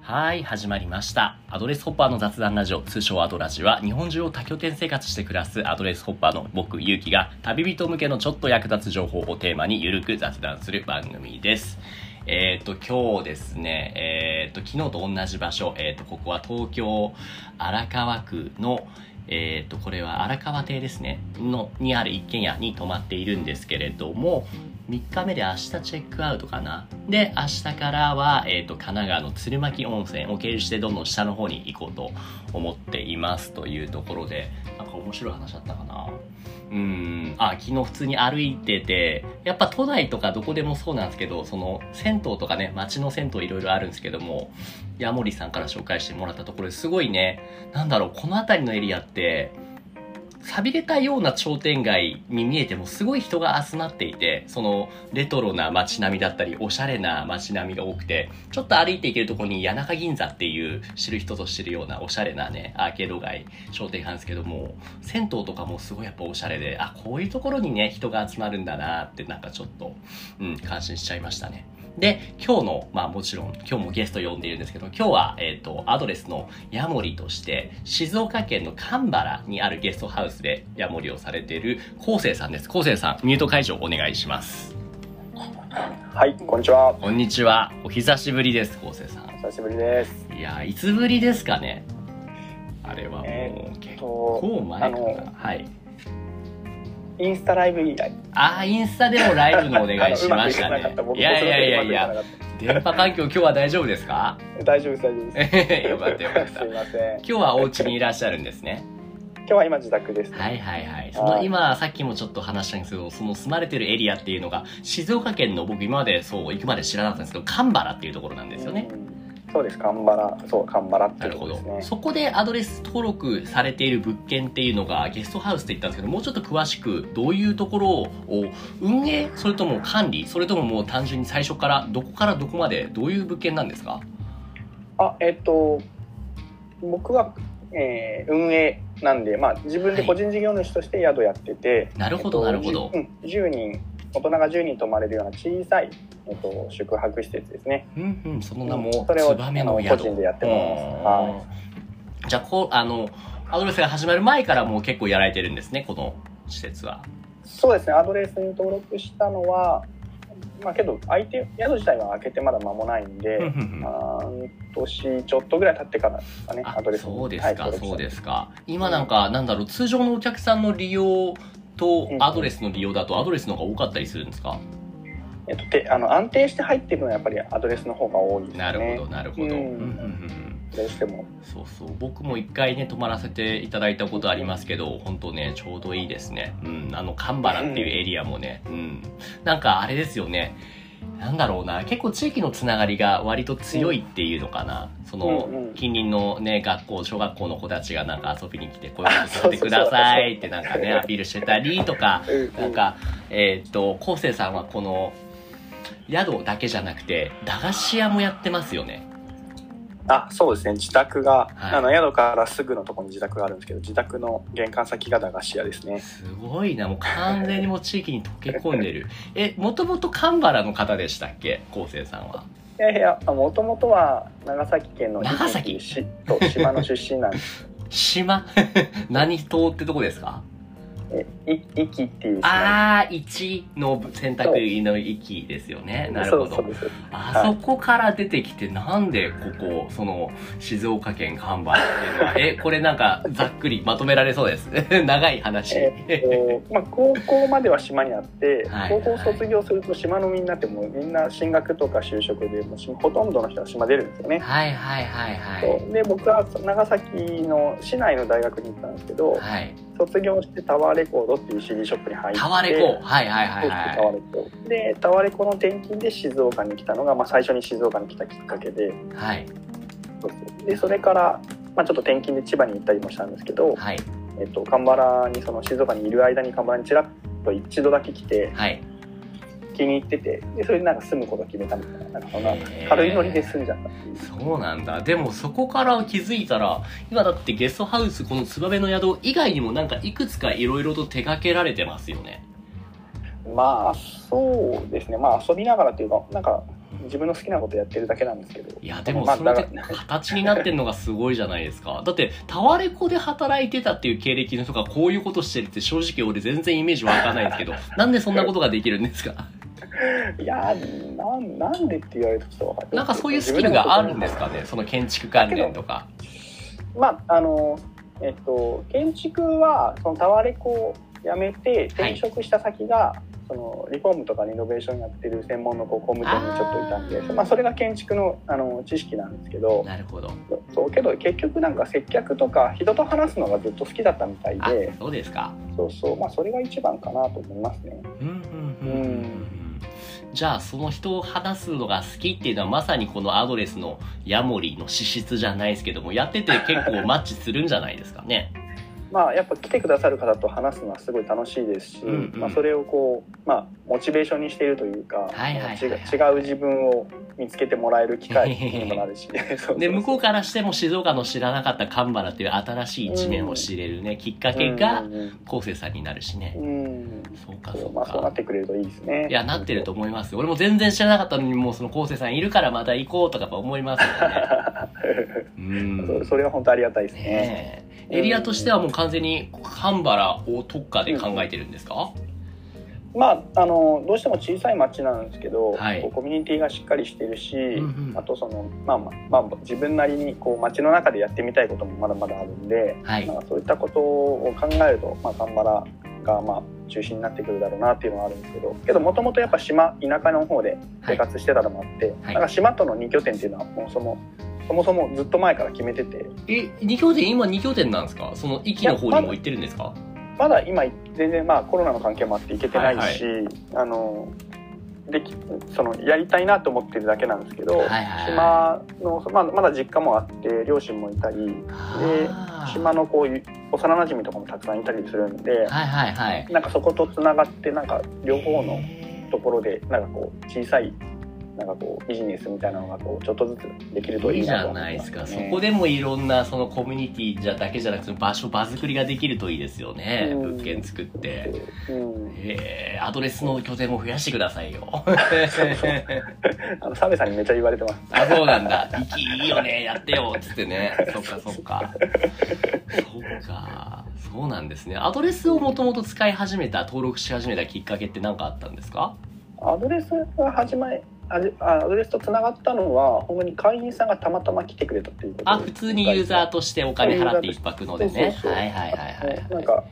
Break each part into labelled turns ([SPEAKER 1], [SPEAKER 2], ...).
[SPEAKER 1] はい、始まりました。アドレスホッパーの雑談ラジオ、通称アドラジは、日本中を多拠点生活して暮らすアドレスホッパーの僕、ゆうきが、旅人向けのちょっと役立つ情報をテーマにゆるく雑談する番組です。えっ、と、今日ですね、えっ、と、昨日と同じ場所、えっ、と、ここは東京、荒川区の、えっ、と、これは荒川邸ですね、の、にある一軒家に泊まっているんですけれども、3日目で明日チェックアウトかな。で、明日からは、えっ、と、神奈川の鶴巻温泉を経由してどんどん下の方に行こうと思っていますというところで、なんか面白い話だったかな。うーん、あ、昨日普通に歩いてて、やっぱ都内とかどこでもそうなんですけど、その、銭湯とかね、街の銭湯いろいろあるんですけども、ヤモリさんから紹介してもらったところですごいね、なんだろう、この辺りのエリアって、錆びれたような商店街に見えてもすごい人が集まっていてそのレトロな街並みだったりおしゃれな街並みが多くてちょっと歩いていけるところに谷中銀座っていう知る人ぞ知るようなおしゃれなねアーケード街商店街なんですけども銭湯とかもすごいやっぱおしゃれであこういうところにね人が集まるんだなってなんかちょっと、うん、感心しちゃいましたね。で、今日の、まあもちろん、今日もゲスト呼んでいるんですけど、今日は、えっ、と、アドレスのヤモリとして、静岡県の神原にあるゲストハウスでヤモリをされている、昴生さんです。昴生さん、ミュート解除お願いします。
[SPEAKER 2] はい、こんにちは。
[SPEAKER 1] こんにちは。お久しぶりです、昴生さん。
[SPEAKER 2] 久しぶりです。
[SPEAKER 1] いやー、いつぶりですかねあれはも
[SPEAKER 2] え
[SPEAKER 1] う、結
[SPEAKER 2] と、
[SPEAKER 1] 構前かな。
[SPEAKER 2] あの
[SPEAKER 1] はい。
[SPEAKER 2] インスタライブ以来。
[SPEAKER 1] あー、インスタでもライブのお願いしました
[SPEAKER 2] あのうまくいかなか
[SPEAKER 1] ね
[SPEAKER 2] った。僕
[SPEAKER 1] いやいやいやいや、
[SPEAKER 2] 僕すごくうまくいかなか
[SPEAKER 1] 電波環境今日は大丈夫ですか
[SPEAKER 2] った大丈夫です、大丈夫で
[SPEAKER 1] よかったよかっ
[SPEAKER 2] す。
[SPEAKER 1] た
[SPEAKER 2] すい。ません。
[SPEAKER 1] 今日はお家にいらっしゃるんですね。
[SPEAKER 2] 今日は今自宅です。
[SPEAKER 1] はいはいはい。その
[SPEAKER 2] はい
[SPEAKER 1] 今、さっきもちょっと話したんですけど、その住まれてるエリアっていうのが、静岡県の僕今までそう、行くまで知らなかったんですけど、神原っていうところなんですよね。
[SPEAKER 2] うん。そうです、神原、そう、神原って
[SPEAKER 1] ないる
[SPEAKER 2] うこ
[SPEAKER 1] ほ
[SPEAKER 2] と
[SPEAKER 1] ど
[SPEAKER 2] ですね。
[SPEAKER 1] そこでアドレス登録されている物件っていうのがゲストハウスって言ったんですけどもうちょっと詳しくどういうところを運営それとも管理それとももう単純に最初からどこからどこまでどういう物件なんですか
[SPEAKER 2] あ、えっと、僕は、えー運営なんで、まあ、自分で個人事業主として宿やってて、
[SPEAKER 1] なるほど
[SPEAKER 2] えっ
[SPEAKER 1] な
[SPEAKER 2] と
[SPEAKER 1] るほど
[SPEAKER 2] じゅうん10人、大人が10人泊まれるような小さい、えっと、宿泊施設ですね。
[SPEAKER 1] うんうんその名も
[SPEAKER 2] それを
[SPEAKER 1] ツバメの
[SPEAKER 2] あの
[SPEAKER 1] 宿
[SPEAKER 2] 個人でやってま
[SPEAKER 1] うんじゃあこうあのアドレスが始まる前からもう結構やられてるんですねこの施設は
[SPEAKER 2] そうですね、アドレスに登録したのは、まあ、けど相手宿自体は開けてまだ間もないんで、半年ちょっとぐらい経ってからですかね、
[SPEAKER 1] あ
[SPEAKER 2] アドレスに
[SPEAKER 1] そうですか
[SPEAKER 2] はい
[SPEAKER 1] そう
[SPEAKER 2] 登録し
[SPEAKER 1] ですか今なんかなんだろう通常のお客さんの利用と
[SPEAKER 2] うん
[SPEAKER 1] アドレスの利用だとアドレスの方が多かったりするんですか
[SPEAKER 2] たえっと、であの安定して入っていくのはやっぱりアドレスの方が多いですね。
[SPEAKER 1] なるほどなるほど
[SPEAKER 2] う
[SPEAKER 1] うんんうんうん
[SPEAKER 2] どうしても
[SPEAKER 1] そうそう僕も一回ね泊まらせていただいたことありますけど本当ねちょうどいいですねうんあの神原っていうエリアもねうんなんかあれですよねなんだろうな結構地域のつながりが割と強いっていうのかな、その
[SPEAKER 2] うんうん
[SPEAKER 1] 近隣のね学校小学校の子たちがなんか遊びに来て声を
[SPEAKER 2] あ
[SPEAKER 1] かけてくださいって
[SPEAKER 2] そうそうそう
[SPEAKER 1] なんかねアピールしてたりとか
[SPEAKER 2] うん
[SPEAKER 1] なんか、えーっと昴生さんはこの宿だけじゃなくて駄菓子屋もやってますよね
[SPEAKER 2] あそうですね自宅が、
[SPEAKER 1] はい
[SPEAKER 2] あの宿からすぐのところに自宅があるんですけど自宅の玄関先が駄菓子屋ですね
[SPEAKER 1] すごいな もう完全にもう地域に溶け込んでるえもともと神原の方でしたっけ昴生さんはい
[SPEAKER 2] やいやもともとは長崎県の
[SPEAKER 1] 長崎
[SPEAKER 2] 壱岐市と島の出身なんです
[SPEAKER 1] 島 何島ってとこですか
[SPEAKER 2] えい壱岐っていう 島
[SPEAKER 1] ああ1の選択肢の域ですよねなるほど
[SPEAKER 2] そうそうです
[SPEAKER 1] あそこから出てきてなんでここその静岡県看板っていうのはえこれなんかざっくりまとめられそうです 長い話
[SPEAKER 2] えっとまあ、高校までは島にあっ て、
[SPEAKER 1] はい
[SPEAKER 2] 高校卒業すると島のみんなってもうみんな進学とか就職でもうしほとんどの人は島出るんですよね。
[SPEAKER 1] はいはいはいはい
[SPEAKER 2] そうで僕は長崎の市内の大学に行ったんですけど、
[SPEAKER 1] はい
[SPEAKER 2] 卒業してタワーレコードっていう CD ショップに入って
[SPEAKER 1] タワレコはいはい
[SPEAKER 2] そう
[SPEAKER 1] はいう
[SPEAKER 2] そタワ
[SPEAKER 1] は
[SPEAKER 2] レコでタワレコの転勤で静岡に来たのが、まあ、最初に静岡に来たきっかけで
[SPEAKER 1] いはい
[SPEAKER 2] そうそうでそれから、まあ、ちょっと転勤で千葉に行ったりもしたんですけど、
[SPEAKER 1] はい
[SPEAKER 2] えっと、神原にその静岡にいる間に神原にちらっと一度だけ来て、
[SPEAKER 1] はい
[SPEAKER 2] 気に入っててでそれでなんか住むことを決めたみたいななんかそんな
[SPEAKER 1] へー
[SPEAKER 2] 軽いノリで住んじゃったっていう
[SPEAKER 1] そうなんだでもそこから気づいたら今だってゲストハウスこの燕の宿以外にもなんかいくつかいろいろと手掛けられてますよね
[SPEAKER 2] まあそうですねまあ遊びながらっていうかなんか自分の好きなことやってるだけなんですけど
[SPEAKER 1] いやでも
[SPEAKER 2] まあ
[SPEAKER 1] それっ
[SPEAKER 2] だ
[SPEAKER 1] て
[SPEAKER 2] から
[SPEAKER 1] 形になってんのがすごいじゃないです かだってタワレコで働いてたっていう経歴の人がこういうことしてるって正直俺全然イメージわかんないんですけど なんでそんなことができるんですか
[SPEAKER 2] いやーなんなんでって言われるとちょっとわかんない
[SPEAKER 1] なんかそういうスキルがあるんですかねその建築関連と か
[SPEAKER 2] まああのえっと建築はそのタワレコを辞めて転職した先が、そのリフォームとかリノベーションやってる専門のこう工務店にちょっといたんで
[SPEAKER 1] あー
[SPEAKER 2] まあ、それが建築のあの知識なんですけど
[SPEAKER 1] なるほど
[SPEAKER 2] そうけど結局なんか接客とか人と話すのがずっと好きだったみたい
[SPEAKER 1] あ
[SPEAKER 2] で
[SPEAKER 1] そうですか
[SPEAKER 2] そうそうまあそれが一番かなと思いますね。
[SPEAKER 1] うんうんうんうんうんじゃあその人を話すのが好きっていうのはまさにこのアドレスのヤモリの資質じゃないですけどもやってて結構マッチするんじゃないですか ね。
[SPEAKER 2] まあ、やっぱ来てくださる方と話すのはすごい楽しいですし、
[SPEAKER 1] うんうん
[SPEAKER 2] まあ、それをこう、まあ、モチベーションにしているというか、
[SPEAKER 1] はいはいはい
[SPEAKER 2] 違う違う自分を見つけてもらえる機会にもな るしそう
[SPEAKER 1] で
[SPEAKER 2] そう
[SPEAKER 1] 向こうからしても静岡の知らなかった神原っていう新しい一面を知れるね、きっかけが
[SPEAKER 2] うんうん
[SPEAKER 1] 昴生さんになるしね
[SPEAKER 2] う。ん
[SPEAKER 1] そうか
[SPEAKER 2] そ
[SPEAKER 1] そうう
[SPEAKER 2] まあ、そうなっ
[SPEAKER 1] か。
[SPEAKER 2] てくれるといいですね
[SPEAKER 1] いやなってると思います。俺も全然知らなかったのにもうその昴生さんいるからまた行こうとかやっぱ思いますよね。 う
[SPEAKER 2] そ
[SPEAKER 1] ん。
[SPEAKER 2] それは本当ありがたいですね
[SPEAKER 1] ねえエリアとしてはもう完全に神原を特化で考えてるんですか、
[SPEAKER 2] まああのどうしても小さい町なんですけど、
[SPEAKER 1] はい
[SPEAKER 2] こうコミュニティがしっかりしてるし、
[SPEAKER 1] んうん
[SPEAKER 2] あとその、まあまあまあ、自分なりにこう町の中でやってみたいこともまだまだあるんで、
[SPEAKER 1] はい
[SPEAKER 2] まあ、そういったことを考えると、まあ、頑張らがまあ中心になってくるだろうなっていうのはあるんですけどけどもともとやっぱ島田舎の方で生活してたのもあって、
[SPEAKER 1] はい
[SPEAKER 2] なんか島との2拠点っていうのはもうそもそもそもずっと前から決めてて
[SPEAKER 1] え二拠点今二拠点なんですかその域の方にも行ってるんですか
[SPEAKER 2] まだ今全然まあコロナの関係もあって行けてないし、あのできそのやりたいなと思ってるだけなんですけど、
[SPEAKER 1] はいはいはい
[SPEAKER 2] 島のそまあまだ実家もあって両親もいたり
[SPEAKER 1] あー
[SPEAKER 2] 島のこういう幼なじみとかもたくさんいたりするんで、
[SPEAKER 1] はいはいはい
[SPEAKER 2] なんかそことつながってなんか両方のところでなんかこう小さいなんかこうビジネスみたいなのがこうちょっとずつできると
[SPEAKER 1] い
[SPEAKER 2] い
[SPEAKER 1] い
[SPEAKER 2] い
[SPEAKER 1] じ
[SPEAKER 2] なと
[SPEAKER 1] ゃ
[SPEAKER 2] 思
[SPEAKER 1] ないで
[SPEAKER 2] いますす
[SPEAKER 1] か
[SPEAKER 2] ね。
[SPEAKER 1] そこでもいろんなそのコミュニティじゃだけじゃなくて場所場作りができるといいですよね
[SPEAKER 2] うん
[SPEAKER 1] 物件作って。
[SPEAKER 2] うん、
[SPEAKER 1] えーアドレスの拠点も増やしてください よ。
[SPEAKER 2] あの澤部さんにめっちゃ言われてます。
[SPEAKER 1] あ、そうなんだ。息いいよね、やってよ、つってね。そっかそっか。そうか。そうなんですね。アドレスをもともと使い始めた、登録し始めたきっかけって何かあったんですか
[SPEAKER 2] アドレスが始まりアジあアドレスとつながったのは本当に会員さんがたまたま来てくれたっていうこと
[SPEAKER 1] あ、普通にユーザーとしてお金払って一泊のでね。
[SPEAKER 2] そうそうそう
[SPEAKER 1] はいはいはいはいはい。
[SPEAKER 2] なんか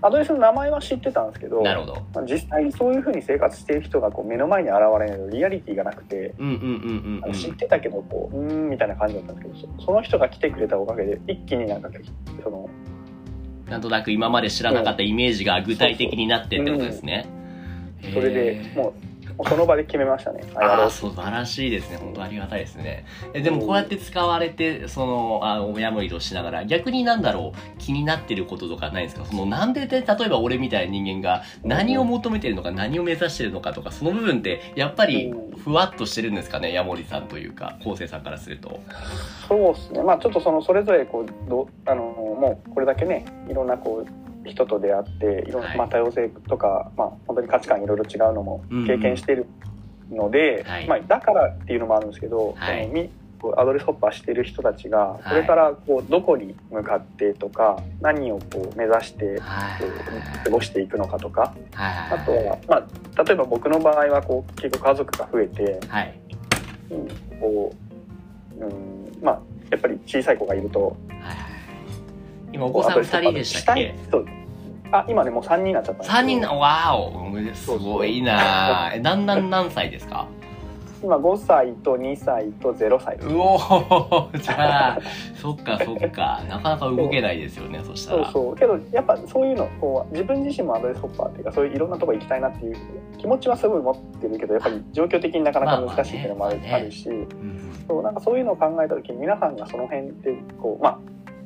[SPEAKER 2] アドレスの名前は知ってたんですけど
[SPEAKER 1] なるほど。
[SPEAKER 2] まあ実際にそういうふうに生活している人がこう目の前に現れないのリアリティがなくて
[SPEAKER 1] うんうんうん
[SPEAKER 2] あ
[SPEAKER 1] うんう
[SPEAKER 2] の知っ
[SPEAKER 1] ん。
[SPEAKER 2] てたけどこううーんみたいな感じだったんですけどそその人が来てくれたおかげで一気になんかその
[SPEAKER 1] なんとなく今まで知らなかったイメージが具体的になってってことですね。
[SPEAKER 2] それ
[SPEAKER 1] へ
[SPEAKER 2] で
[SPEAKER 1] ー
[SPEAKER 2] もうもうその場で決めましたね。あや
[SPEAKER 1] あ
[SPEAKER 2] ろう
[SPEAKER 1] あ素晴らしいですね本当ありがたいですねえでもこうやって使われてそのあの親もりとしながら逆になんだろう気になってることとかないんですかそのなんでで例えば俺みたいな人間が何を求めてるのか何を目指してるのかとかその部分ってやっぱり
[SPEAKER 2] うん
[SPEAKER 1] ふわっとしてるんですかねヤモリさんというか昴生さんからすると
[SPEAKER 2] そうですね。まあちょっとそのそれぞれこうどあのもうこれだけねいろんなこう人と出会っていろんな、
[SPEAKER 1] はい
[SPEAKER 2] まあ多様性とかまあ本当に価値観いろいろ違うのも
[SPEAKER 1] うんうん
[SPEAKER 2] 経験してるので、
[SPEAKER 1] はい
[SPEAKER 2] まあだからっていうのもあるんですけど、
[SPEAKER 1] はい
[SPEAKER 2] そのみこうアドレスホッパーしてる人たちが
[SPEAKER 1] い
[SPEAKER 2] これからこうどこに向かってとか何をこう目指して
[SPEAKER 1] はい
[SPEAKER 2] こう過ごしていくのかとかあと
[SPEAKER 1] は
[SPEAKER 2] は、まあ、例えば僕の場合はこう結構家族が増えて、
[SPEAKER 1] いはい
[SPEAKER 2] うんこう、うん、まあやっぱり小さい子がいると
[SPEAKER 1] はい今お子さん2人でしたっけ
[SPEAKER 2] そうあ今ねもう3人になっちゃったんですけ
[SPEAKER 1] 3
[SPEAKER 2] ど
[SPEAKER 1] 人のわーおすごいなあえなんなん何歳ですか
[SPEAKER 2] 今5歳と2歳と0歳
[SPEAKER 1] うおー じゃあそっかそっかなかなか動けないですよねそした
[SPEAKER 2] そう
[SPEAKER 1] ら
[SPEAKER 2] そうけどやっぱそういうのこう自分自身もアドレスホッパーっていうかそういういろんなとこ行きたいなっていう気持ちはすごい持ってるけどやっぱり状況的になかなか難しいっていうのもある,、
[SPEAKER 1] まあまあね
[SPEAKER 2] あるし
[SPEAKER 1] うん
[SPEAKER 2] そうなんかそういうのを考えた時に皆さんがその辺ってこうまあ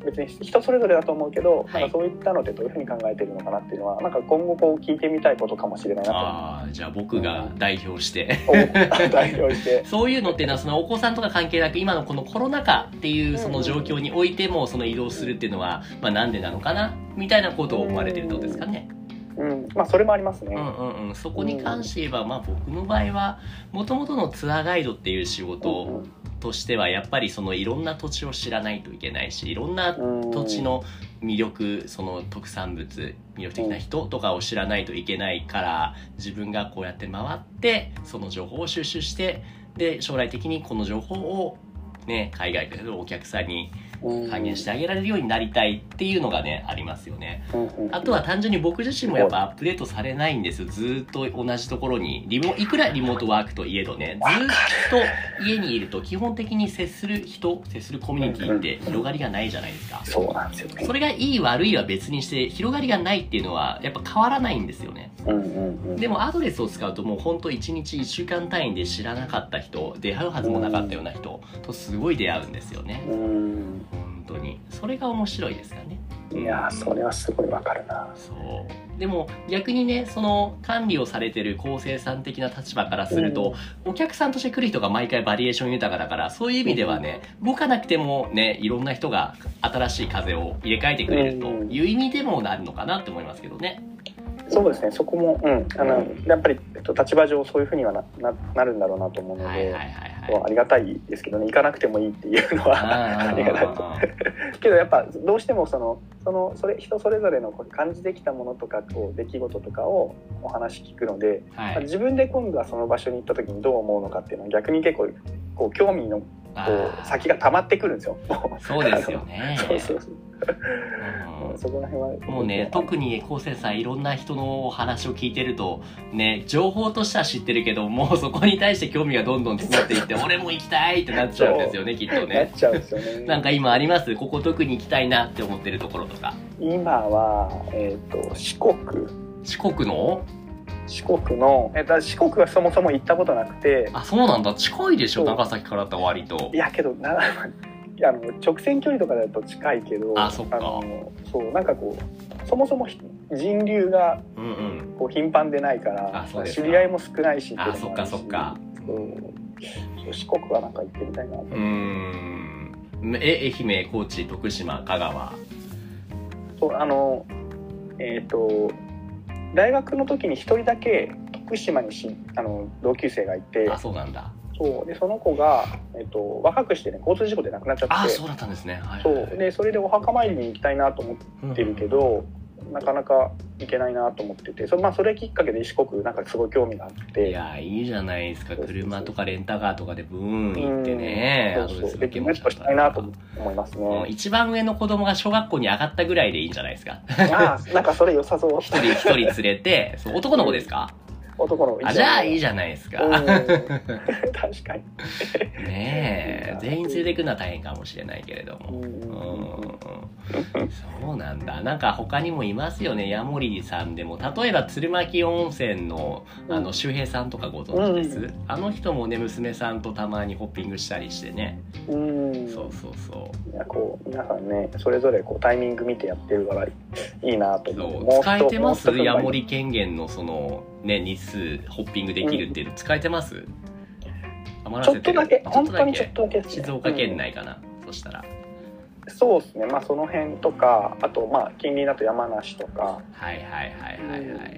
[SPEAKER 2] 別に人それぞれだと思うけど、
[SPEAKER 1] はい
[SPEAKER 2] なんかそういったのでどういうふうに考えてるのかなっていうのはなんか今後こう聞いてみたいことかもしれないな
[SPEAKER 1] ああじゃあ僕が代表 して
[SPEAKER 2] と思って 代表して。
[SPEAKER 1] そういうのっていうのはそのお子さんとか関係なく今のこのコロナ禍っていうその状況においてもその移動するっていうのはまあなんでなのかなみたいなことを思われてるってことですかね
[SPEAKER 2] うん、まあそれもありますね。
[SPEAKER 1] うんうんうん、そこに関して言えば、まあ、僕の場合はもともとのツアーガイドっていう仕事としてはやっぱりそのいろんな土地を知らないといけないしいろんな土地の魅力その特産物魅力的な人とかを知らないといけないから自分がこうやって回ってその情報を収集してで将来的にこの情報を、ね、海外のお客さんに
[SPEAKER 2] うん
[SPEAKER 1] 還元してあげられるようになりたいっていうのがねありますよね。
[SPEAKER 2] うんうん
[SPEAKER 1] あとは単純に僕自身もやっぱアップデートされないんですよ。ずーっと同じところに。リモ、いくらリモートワークといえどね、ずーっと家にいると基本的に接する人、接するコミュニティって広がりがないじゃないですか。
[SPEAKER 2] そうなんですよね
[SPEAKER 1] そ。れがいい悪いは別にして、広がりがないっていうのはやっぱ変わらないんですよね。
[SPEAKER 2] うんうんうん
[SPEAKER 1] でもアドレスを使うともうほんと1日1週間単位で知らなかった人、出会うはずもなかったような人とすごい出会うんですよね。
[SPEAKER 2] うん
[SPEAKER 1] 本当に。それが面白いですかね。
[SPEAKER 2] いやーそれはすごいわかるな。
[SPEAKER 1] そうでも逆にねその管理をされてる構成さん的な立場からすると、お客さんとして来る人が毎回バリエーション豊かだからそういう意味ではね動かなくてもねいろんな人が新しい風を入れ替えてくれるという意味でもなるのかなって思いますけどね。
[SPEAKER 2] そうですねそこも、うん、あのやっぱり、えっと、立場上そういうふうにはなななるんだろうなと思うので、
[SPEAKER 1] はいはいはい
[SPEAKER 2] そうありがたいですけどね行かなくてもいいっていうのは
[SPEAKER 1] はい。
[SPEAKER 2] りがたいと けどやっぱどうしてもそのそのそれ人それぞれのこう感じてきたものとかこう出来事とかをお話聞くので、
[SPEAKER 1] は
[SPEAKER 2] まあ
[SPEAKER 1] い。
[SPEAKER 2] 自分で今度はその場所に行った時にどう思うのかっていうのは逆に結構こう興味のこう先が溜まってくるんですよ。。
[SPEAKER 1] そうですよね
[SPEAKER 2] そうそうそう
[SPEAKER 1] うん
[SPEAKER 2] そこら辺は
[SPEAKER 1] もうね、特に高専さんいろんな人のお話を聞いてると、ね、情報としては知ってるけど、もうそこに対して興味がどんどん募って いって、俺も行きたいってなっちゃうんですよね、きっと
[SPEAKER 2] なっ
[SPEAKER 1] ね。
[SPEAKER 2] ちゃうんですよ ね。
[SPEAKER 1] なんか今ありますここ特に行きたいなって思ってるところとか。
[SPEAKER 2] 今は、えっと四国
[SPEAKER 1] 四国の
[SPEAKER 2] 四国の、えっと四国はそもそも行ったことなくて
[SPEAKER 1] あ、そうなんだ。近いでしょ、
[SPEAKER 2] そう
[SPEAKER 1] 長崎からだと割と
[SPEAKER 2] い。やけどな あの直線距離とかだと近いけど
[SPEAKER 1] あそっか
[SPEAKER 2] のそうなんかこうそもそもひ人流が
[SPEAKER 1] うんうん。
[SPEAKER 2] こう頻繁でないから
[SPEAKER 1] あそうです
[SPEAKER 2] 知
[SPEAKER 1] か
[SPEAKER 2] り合いも少ないし
[SPEAKER 1] あ、
[SPEAKER 2] ていう
[SPEAKER 1] そ
[SPEAKER 2] の
[SPEAKER 1] っ
[SPEAKER 2] も
[SPEAKER 1] か
[SPEAKER 2] るし
[SPEAKER 1] そっか。
[SPEAKER 2] そう四国はなんか行ってみたいなと
[SPEAKER 1] うーん。え、愛媛、高知、徳島、香川。
[SPEAKER 2] そうあのえっ、と大学の時に一人だけ徳島にしあの同級生がいて
[SPEAKER 1] あ、そうなんだ。
[SPEAKER 2] そうでその子が、えっと若くしてね交通事故で亡くなっちゃって
[SPEAKER 1] あ、そうだったんですね。はい。
[SPEAKER 2] そうでそれでお墓参りに行きたいなと思って
[SPEAKER 1] うんうん
[SPEAKER 2] ってるけど、なかなか行けないなと思っててそ,、まあ、それきっかけで四国なんかすごい興味があって
[SPEAKER 1] いやーいいじゃないですか
[SPEAKER 2] そうそうそう
[SPEAKER 1] 車とかレンタカーとかでブーン行ってね
[SPEAKER 2] うん
[SPEAKER 1] アド
[SPEAKER 2] そう
[SPEAKER 1] レ
[SPEAKER 2] そ
[SPEAKER 1] ス
[SPEAKER 2] う
[SPEAKER 1] だ
[SPEAKER 2] で
[SPEAKER 1] け
[SPEAKER 2] き
[SPEAKER 1] 持
[SPEAKER 2] る
[SPEAKER 1] ちだ
[SPEAKER 2] と
[SPEAKER 1] っ
[SPEAKER 2] したたい
[SPEAKER 1] ら
[SPEAKER 2] なと思います
[SPEAKER 1] うん
[SPEAKER 2] ね
[SPEAKER 1] 一番上の子供が小学校に上がったぐらいでいいんじゃないです か
[SPEAKER 2] ああなんかそれ良さそう
[SPEAKER 1] 一人一人連れてそう男の子ですか
[SPEAKER 2] 男の
[SPEAKER 1] あじゃあいい
[SPEAKER 2] じ
[SPEAKER 1] じゃないですか、
[SPEAKER 2] うん確かに、
[SPEAKER 1] ねえ全員連れて行くのは大変かもしれないけれど
[SPEAKER 2] う
[SPEAKER 1] も、
[SPEAKER 2] ん
[SPEAKER 1] うん、そうなんだなんか他にもいますよねヤモリさんでも例えば鶴巻温泉のあの周平さんとかご存知です、
[SPEAKER 2] う
[SPEAKER 1] あの人もね娘さんとたまにホッピングしたりしてね、
[SPEAKER 2] うん
[SPEAKER 1] そうそうそう
[SPEAKER 2] いやこう皆さんねそれぞれこうタイミング見てやってるからいいなと思
[SPEAKER 1] そうう使えてますヤモ
[SPEAKER 2] り
[SPEAKER 1] リ権限のそのね日数ホッピングできるっていうの使えてます余
[SPEAKER 2] ち
[SPEAKER 1] ら
[SPEAKER 2] ょっ
[SPEAKER 1] せて
[SPEAKER 2] と
[SPEAKER 1] る
[SPEAKER 2] だけ
[SPEAKER 1] ちょっ
[SPEAKER 2] 本
[SPEAKER 1] と
[SPEAKER 2] 当
[SPEAKER 1] だ
[SPEAKER 2] にちょっ
[SPEAKER 1] け
[SPEAKER 2] とだけですね
[SPEAKER 1] 静岡県内かな、そしたら
[SPEAKER 2] そうですねまあその辺とかあとまあ近隣だと山梨とか
[SPEAKER 1] はいはいはいはいはい、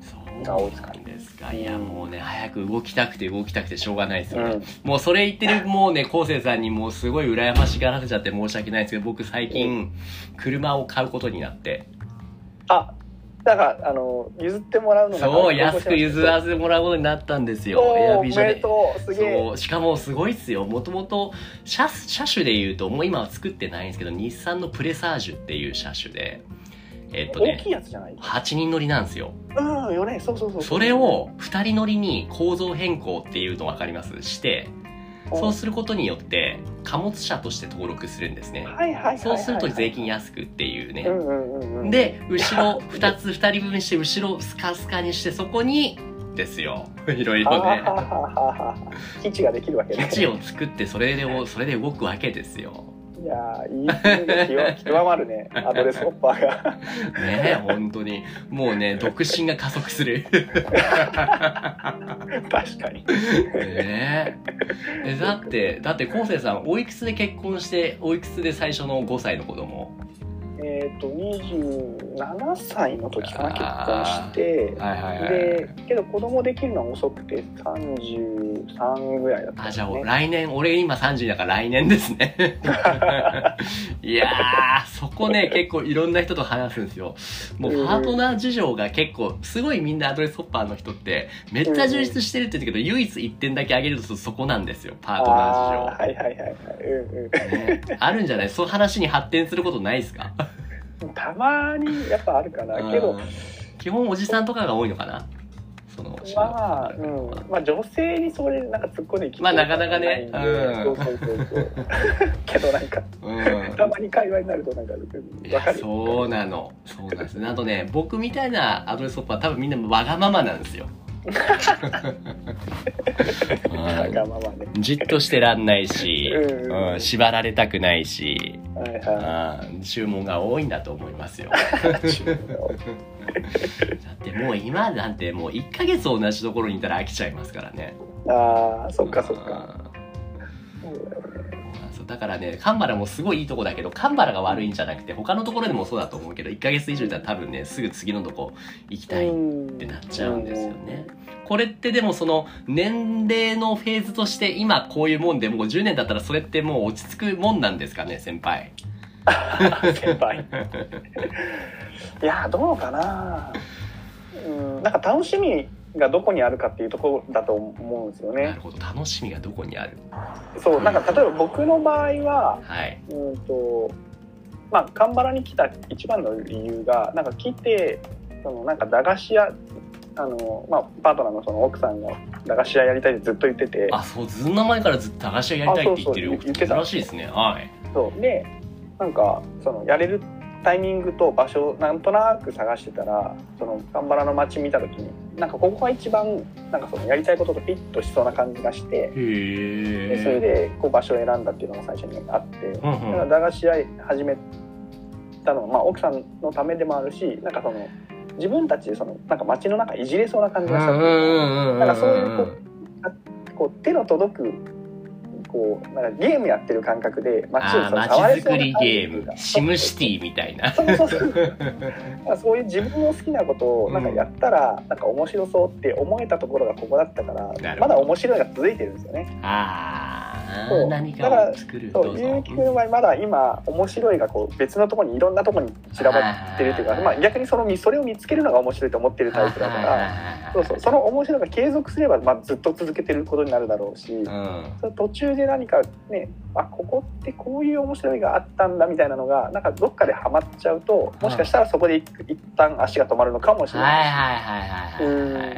[SPEAKER 1] そうなんですかいやもうね早く動きたくて動きたくてしょうがないですよね、もうそれ言ってるもうね昴生さんにもうすごい羨ましがらせちゃって申し訳ないですけど僕最近車を買うことになって
[SPEAKER 2] あだからあの譲ってもらうのが
[SPEAKER 1] そう安く譲らせてもらうことになったんですよエア
[SPEAKER 2] お
[SPEAKER 1] ビ
[SPEAKER 2] め
[SPEAKER 1] ジョンで
[SPEAKER 2] でとうすげえ
[SPEAKER 1] そうしかもすごいっすよもともと車車種でいうともう今は作ってないんですけど日産のプレサージュっていう車種でえっと
[SPEAKER 2] 大
[SPEAKER 1] ね
[SPEAKER 2] きいやつじゃない
[SPEAKER 1] 8人乗りなんですよ
[SPEAKER 2] うんよねそうそうそう
[SPEAKER 1] それを2人乗りに構造変更っていうの分かりますしてそうすることによって貨物車として登録するんですね
[SPEAKER 2] はいはいはいはいはい
[SPEAKER 1] そうすると税金安くっていうね
[SPEAKER 2] うんうんうんうん
[SPEAKER 1] で後ろ2つ2人分にして後ろスカスカにしてそこにですよ いろい
[SPEAKER 2] あは
[SPEAKER 1] ろね
[SPEAKER 2] はははは基地ができるわけ
[SPEAKER 1] 基
[SPEAKER 2] ね
[SPEAKER 1] 地を作ってそれでもそれで動くわけですよ。
[SPEAKER 2] いやーいい国が極極まるねアドレスホッパーが
[SPEAKER 1] ねえ本当にもうね独身が加速する。
[SPEAKER 2] 確かに
[SPEAKER 1] ねええだってだって昴生さんおいくつで結婚しておいくつで最初の5歳の子供
[SPEAKER 2] えっと27歳の時かな結
[SPEAKER 1] あ
[SPEAKER 2] 婚
[SPEAKER 1] ー
[SPEAKER 2] して
[SPEAKER 1] はいはいはい
[SPEAKER 2] でけど子供できるのは遅くて33ぐらいだった
[SPEAKER 1] あ
[SPEAKER 2] んです
[SPEAKER 1] じゃあ、
[SPEAKER 2] ね
[SPEAKER 1] 来年俺今30だから来年ですね いやーそこね結構いろんな人と話すんですよもうパートナー事情が結構すごいみんなアドレスホッパーの人ってめっちゃ充実してるって言うけど唯一1点だけ挙げるとそこなんですよパートナー事情
[SPEAKER 2] あーはいはいはいはいうんうん
[SPEAKER 1] ねあるんじゃないそう話に発展することないですか
[SPEAKER 2] たまにやっぱあるかなけ
[SPEAKER 1] う
[SPEAKER 2] ど
[SPEAKER 1] ん基本おじさんとかが多いのかなその
[SPEAKER 2] まあ、うん、まあ女性にそれなんか突っ込んでいき
[SPEAKER 1] まあなかなかね
[SPEAKER 2] そうそうそうそう けどなんか
[SPEAKER 1] うん
[SPEAKER 2] たまに会話になるとなんか分
[SPEAKER 1] い
[SPEAKER 2] か
[SPEAKER 1] や
[SPEAKER 2] る
[SPEAKER 1] そうなのそうなんですあとね僕みたいなアドレスホッパーは多分みんなわがままなんですよ
[SPEAKER 2] わ
[SPEAKER 1] う
[SPEAKER 2] がままね
[SPEAKER 1] んじっとしてらんないし、
[SPEAKER 2] うん
[SPEAKER 1] うん縛られたくないし、
[SPEAKER 2] はいはい
[SPEAKER 1] うん注文が多いんだと思います よだってもう今なんてもう1ヶ月同じところにいたら飽きちゃいますからね
[SPEAKER 2] ああそっかそっか
[SPEAKER 1] うん
[SPEAKER 2] そうだよね
[SPEAKER 1] そうだからねカンバラもすごいいいとこだけどカンバラが悪いんじゃなくて他のところでもそうだと思うけど1ヶ月以上いたら多分ねすぐ次のとこ行きたいっ
[SPEAKER 2] って
[SPEAKER 1] なっちゃうんですよね。これってでもその年齢のフェーズとして今こういうもんでもう10年だったらそれってもう落ち着くもんなんですかね先輩。
[SPEAKER 2] 先輩いやーどうかなうんなんか楽しみがどこにあるかっていうところだと思うんですよ
[SPEAKER 1] な
[SPEAKER 2] ね
[SPEAKER 1] るほど楽しみがどこにある
[SPEAKER 2] そうなんか例えば僕の場合は
[SPEAKER 1] はい。
[SPEAKER 2] うんとまあ蒲原に来た一番の理由がなんか来てそのなんか駄菓子屋あの、まあ、パートナーのその奥さんが駄菓子屋やりたいってずっと言ってて
[SPEAKER 1] あそうずんの前からずっと駄菓子屋やりたいって言ってる
[SPEAKER 2] あそうそう言ってた
[SPEAKER 1] 珍しいですね。はい。
[SPEAKER 2] そうでなんかそのやれるタイミングと場所をなんとなく探してたらその蒲原の街見た時になんかここが一番なんかそのやりたいこととフィットしそうな感じがして
[SPEAKER 1] へ
[SPEAKER 2] でそれ
[SPEAKER 1] え。
[SPEAKER 2] でこう場所を選んだっていうのが最初にあって。
[SPEAKER 1] うん
[SPEAKER 2] だから
[SPEAKER 1] うん。
[SPEAKER 2] 駄菓子屋始めたのは、まあ、奥さんのためでもあるしなんかその自分たちでそのなんか街の中いじれそうな感じがしたっていうか
[SPEAKER 1] うんうんうんうんうんうん
[SPEAKER 2] だからそういうこう手の届くこうなんかゲームやってる感覚で街を
[SPEAKER 1] あ
[SPEAKER 2] そ
[SPEAKER 1] ー
[SPEAKER 2] の
[SPEAKER 1] 街
[SPEAKER 2] 触れ
[SPEAKER 1] づ
[SPEAKER 2] そう
[SPEAKER 1] く
[SPEAKER 2] な
[SPEAKER 1] り
[SPEAKER 2] 感じ
[SPEAKER 1] ゲームシムシティみたい な
[SPEAKER 2] そうそうそうだからそういう自分の好きなことをなんかやったらなんか面白そうって思えたところがここだったか
[SPEAKER 1] ど
[SPEAKER 2] らまだ面白いが続いてるんですよね。
[SPEAKER 1] あ
[SPEAKER 2] そ
[SPEAKER 1] あ
[SPEAKER 2] う
[SPEAKER 1] 何かを作る
[SPEAKER 2] そう、ゆうきくんの場合まだ今面白いがこう別のところにいろんなところに散らばってるというか、
[SPEAKER 1] はい
[SPEAKER 2] まあ、逆にそのみそれを見つけるのが面白いと思ってるタイプだからそうそうその面白いが継続すれば、まあ、ずっと続けてることになるだろうし、
[SPEAKER 1] うん
[SPEAKER 2] その途中で何かねあここってこういう面白いがあったんだみたいなのがなんかどっかでハマっちゃうともしかしたらそこで一一旦足が止まるのかもしれ
[SPEAKER 1] はい
[SPEAKER 2] ない。
[SPEAKER 1] はいはいはいはいは
[SPEAKER 2] う
[SPEAKER 1] い
[SPEAKER 2] ん
[SPEAKER 1] な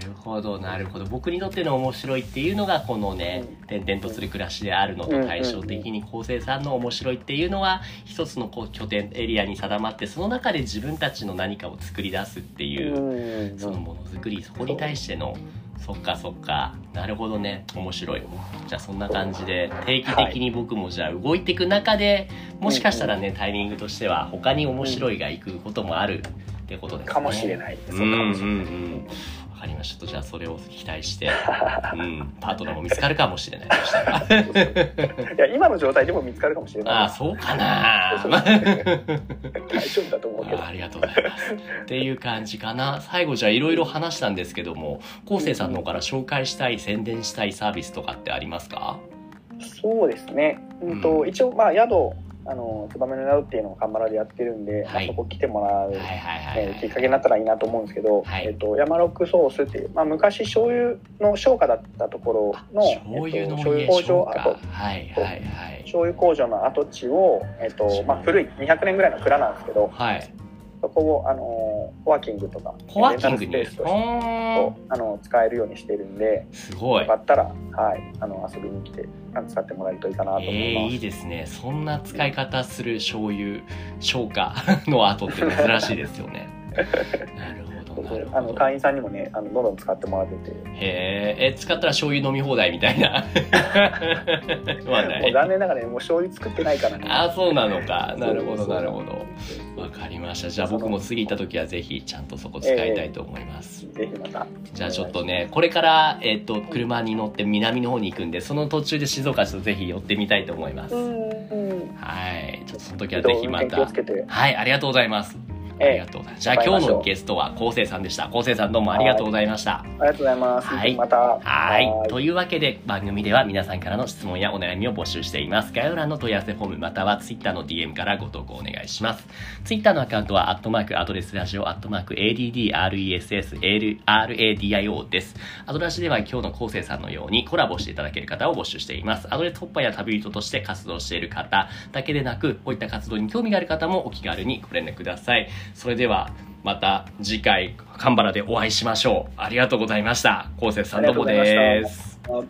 [SPEAKER 1] るほどなるほど僕にとっての面白いっていうのがこのね転々とする暮らしであるのと対照的に昴生さんの面白いっていうのは一つのこう拠点エリアに定まってその中で自分たちの何かを作り出すっていう
[SPEAKER 2] うん
[SPEAKER 1] そのものづくりそこに対してのそっかそっかなるほどね面白いじゃあそんな感じで定期的に僕もじゃあ動いていく中でもしかしたらねタイミングとしては他に面白いが行くこともあるってことですね
[SPEAKER 2] かもしれない。
[SPEAKER 1] う
[SPEAKER 2] そ
[SPEAKER 1] ん
[SPEAKER 2] う
[SPEAKER 1] う
[SPEAKER 2] か
[SPEAKER 1] ん
[SPEAKER 2] もし
[SPEAKER 1] う
[SPEAKER 2] れない
[SPEAKER 1] んわかりましたちょっとじゃあそれを期待して、うん、パートナーも見つかるかもしれないそしたら
[SPEAKER 2] いや今の状態でも見つかるかもしれない。
[SPEAKER 1] ああそうかな
[SPEAKER 2] そう大丈夫だと思うけど
[SPEAKER 1] あ。ありがとうございます。っていう感じかな。最後じゃあいろいろ話したんですけども、昴生さんの方から紹介したい、宣伝したいサービスとかってありますか
[SPEAKER 2] そうですね。うんと、
[SPEAKER 1] うん
[SPEAKER 2] 一応まあ宿あのツバメの宿っていうのをカンバラでやってるんで、
[SPEAKER 1] はい
[SPEAKER 2] まあそこ来てもらう、
[SPEAKER 1] はいはいはい
[SPEAKER 2] えー
[SPEAKER 1] は
[SPEAKER 2] きっ
[SPEAKER 1] い。
[SPEAKER 2] かけになったらいいなと思うんですけど、
[SPEAKER 1] はい
[SPEAKER 2] えっと山六ソースっていうまあ昔醤油の商家だったところの
[SPEAKER 1] 醤油の家
[SPEAKER 2] えっと醤油工
[SPEAKER 1] 紹
[SPEAKER 2] 場
[SPEAKER 1] 介。
[SPEAKER 2] 跡
[SPEAKER 1] はいはいはい。
[SPEAKER 2] 醤油工場の跡地を、えっとまあ、古い200年ぐらいの蔵なんですけど
[SPEAKER 1] はい。
[SPEAKER 2] そこを、あのーコワーキングとか
[SPEAKER 1] コワーキングに
[SPEAKER 2] レンタルスペースとして
[SPEAKER 1] おー
[SPEAKER 2] あの使えるようにしてるんで、
[SPEAKER 1] すごい
[SPEAKER 2] よか。ったら、はい、あの遊びに来てあの使ってもらえるといいかなと思
[SPEAKER 1] え
[SPEAKER 2] い
[SPEAKER 1] え
[SPEAKER 2] ます
[SPEAKER 1] いい。ですね。そんな使い方する醤油、消化の後って珍しいですよ ね。なるほど、なる
[SPEAKER 2] あ
[SPEAKER 1] ほ
[SPEAKER 2] の
[SPEAKER 1] ど。
[SPEAKER 2] 会員さんにもねあのどんどん使ってもらってて、
[SPEAKER 1] へえ、え、使ったら醤油飲み放題みたいな。 はな
[SPEAKER 2] もう
[SPEAKER 1] い。
[SPEAKER 2] 残念ながらねもう醤油作ってないからね
[SPEAKER 1] あそうなのか
[SPEAKER 2] そ
[SPEAKER 1] な
[SPEAKER 2] う
[SPEAKER 1] るほど
[SPEAKER 2] そう
[SPEAKER 1] なるほどわかりましたじゃあ僕も次行った時はぜひちゃんとそこ使いたいと思います、
[SPEAKER 2] ぜひまた
[SPEAKER 1] じゃあちょっとねこれから、えっと車に乗って南の方に行くんでその途中で静岡市とぜひ寄ってみたいと思います、
[SPEAKER 2] うんうん
[SPEAKER 1] はい。ちょっとその時は
[SPEAKER 2] 移
[SPEAKER 1] ぜ
[SPEAKER 2] 動
[SPEAKER 1] ひ
[SPEAKER 2] 運
[SPEAKER 1] ま
[SPEAKER 2] 転気を
[SPEAKER 1] た
[SPEAKER 2] つ。けて、
[SPEAKER 1] はい、ありがとうございます。あり
[SPEAKER 2] ええ
[SPEAKER 1] がとうございます。じゃあ今日のゲストは昴生さんでした。昴生さんどうもありがとうございました。
[SPEAKER 2] ありがとうございます。
[SPEAKER 1] はい
[SPEAKER 2] また。
[SPEAKER 1] はい
[SPEAKER 2] は。い
[SPEAKER 1] というわけで、番組では皆さんからの質問やお悩みを募集しています。概要欄の問い合わせフォーム、または Twitter の DM からご投稿お願いします。Twitter のアカウントは、アットマーク、アドレスラジオ、アットマーク、ADDRESSRADIO です。アドラジでは今日の昴生さんのようにコラボしていただける方を募集しています。アドレス突破や旅人として活動している方だけでなく、こういった活動に興味がある方もお気軽にご連絡ください。それでは、また次回、カンバラでお会いしましょう。ありがとうございました。昴生さんどうもです。
[SPEAKER 2] あ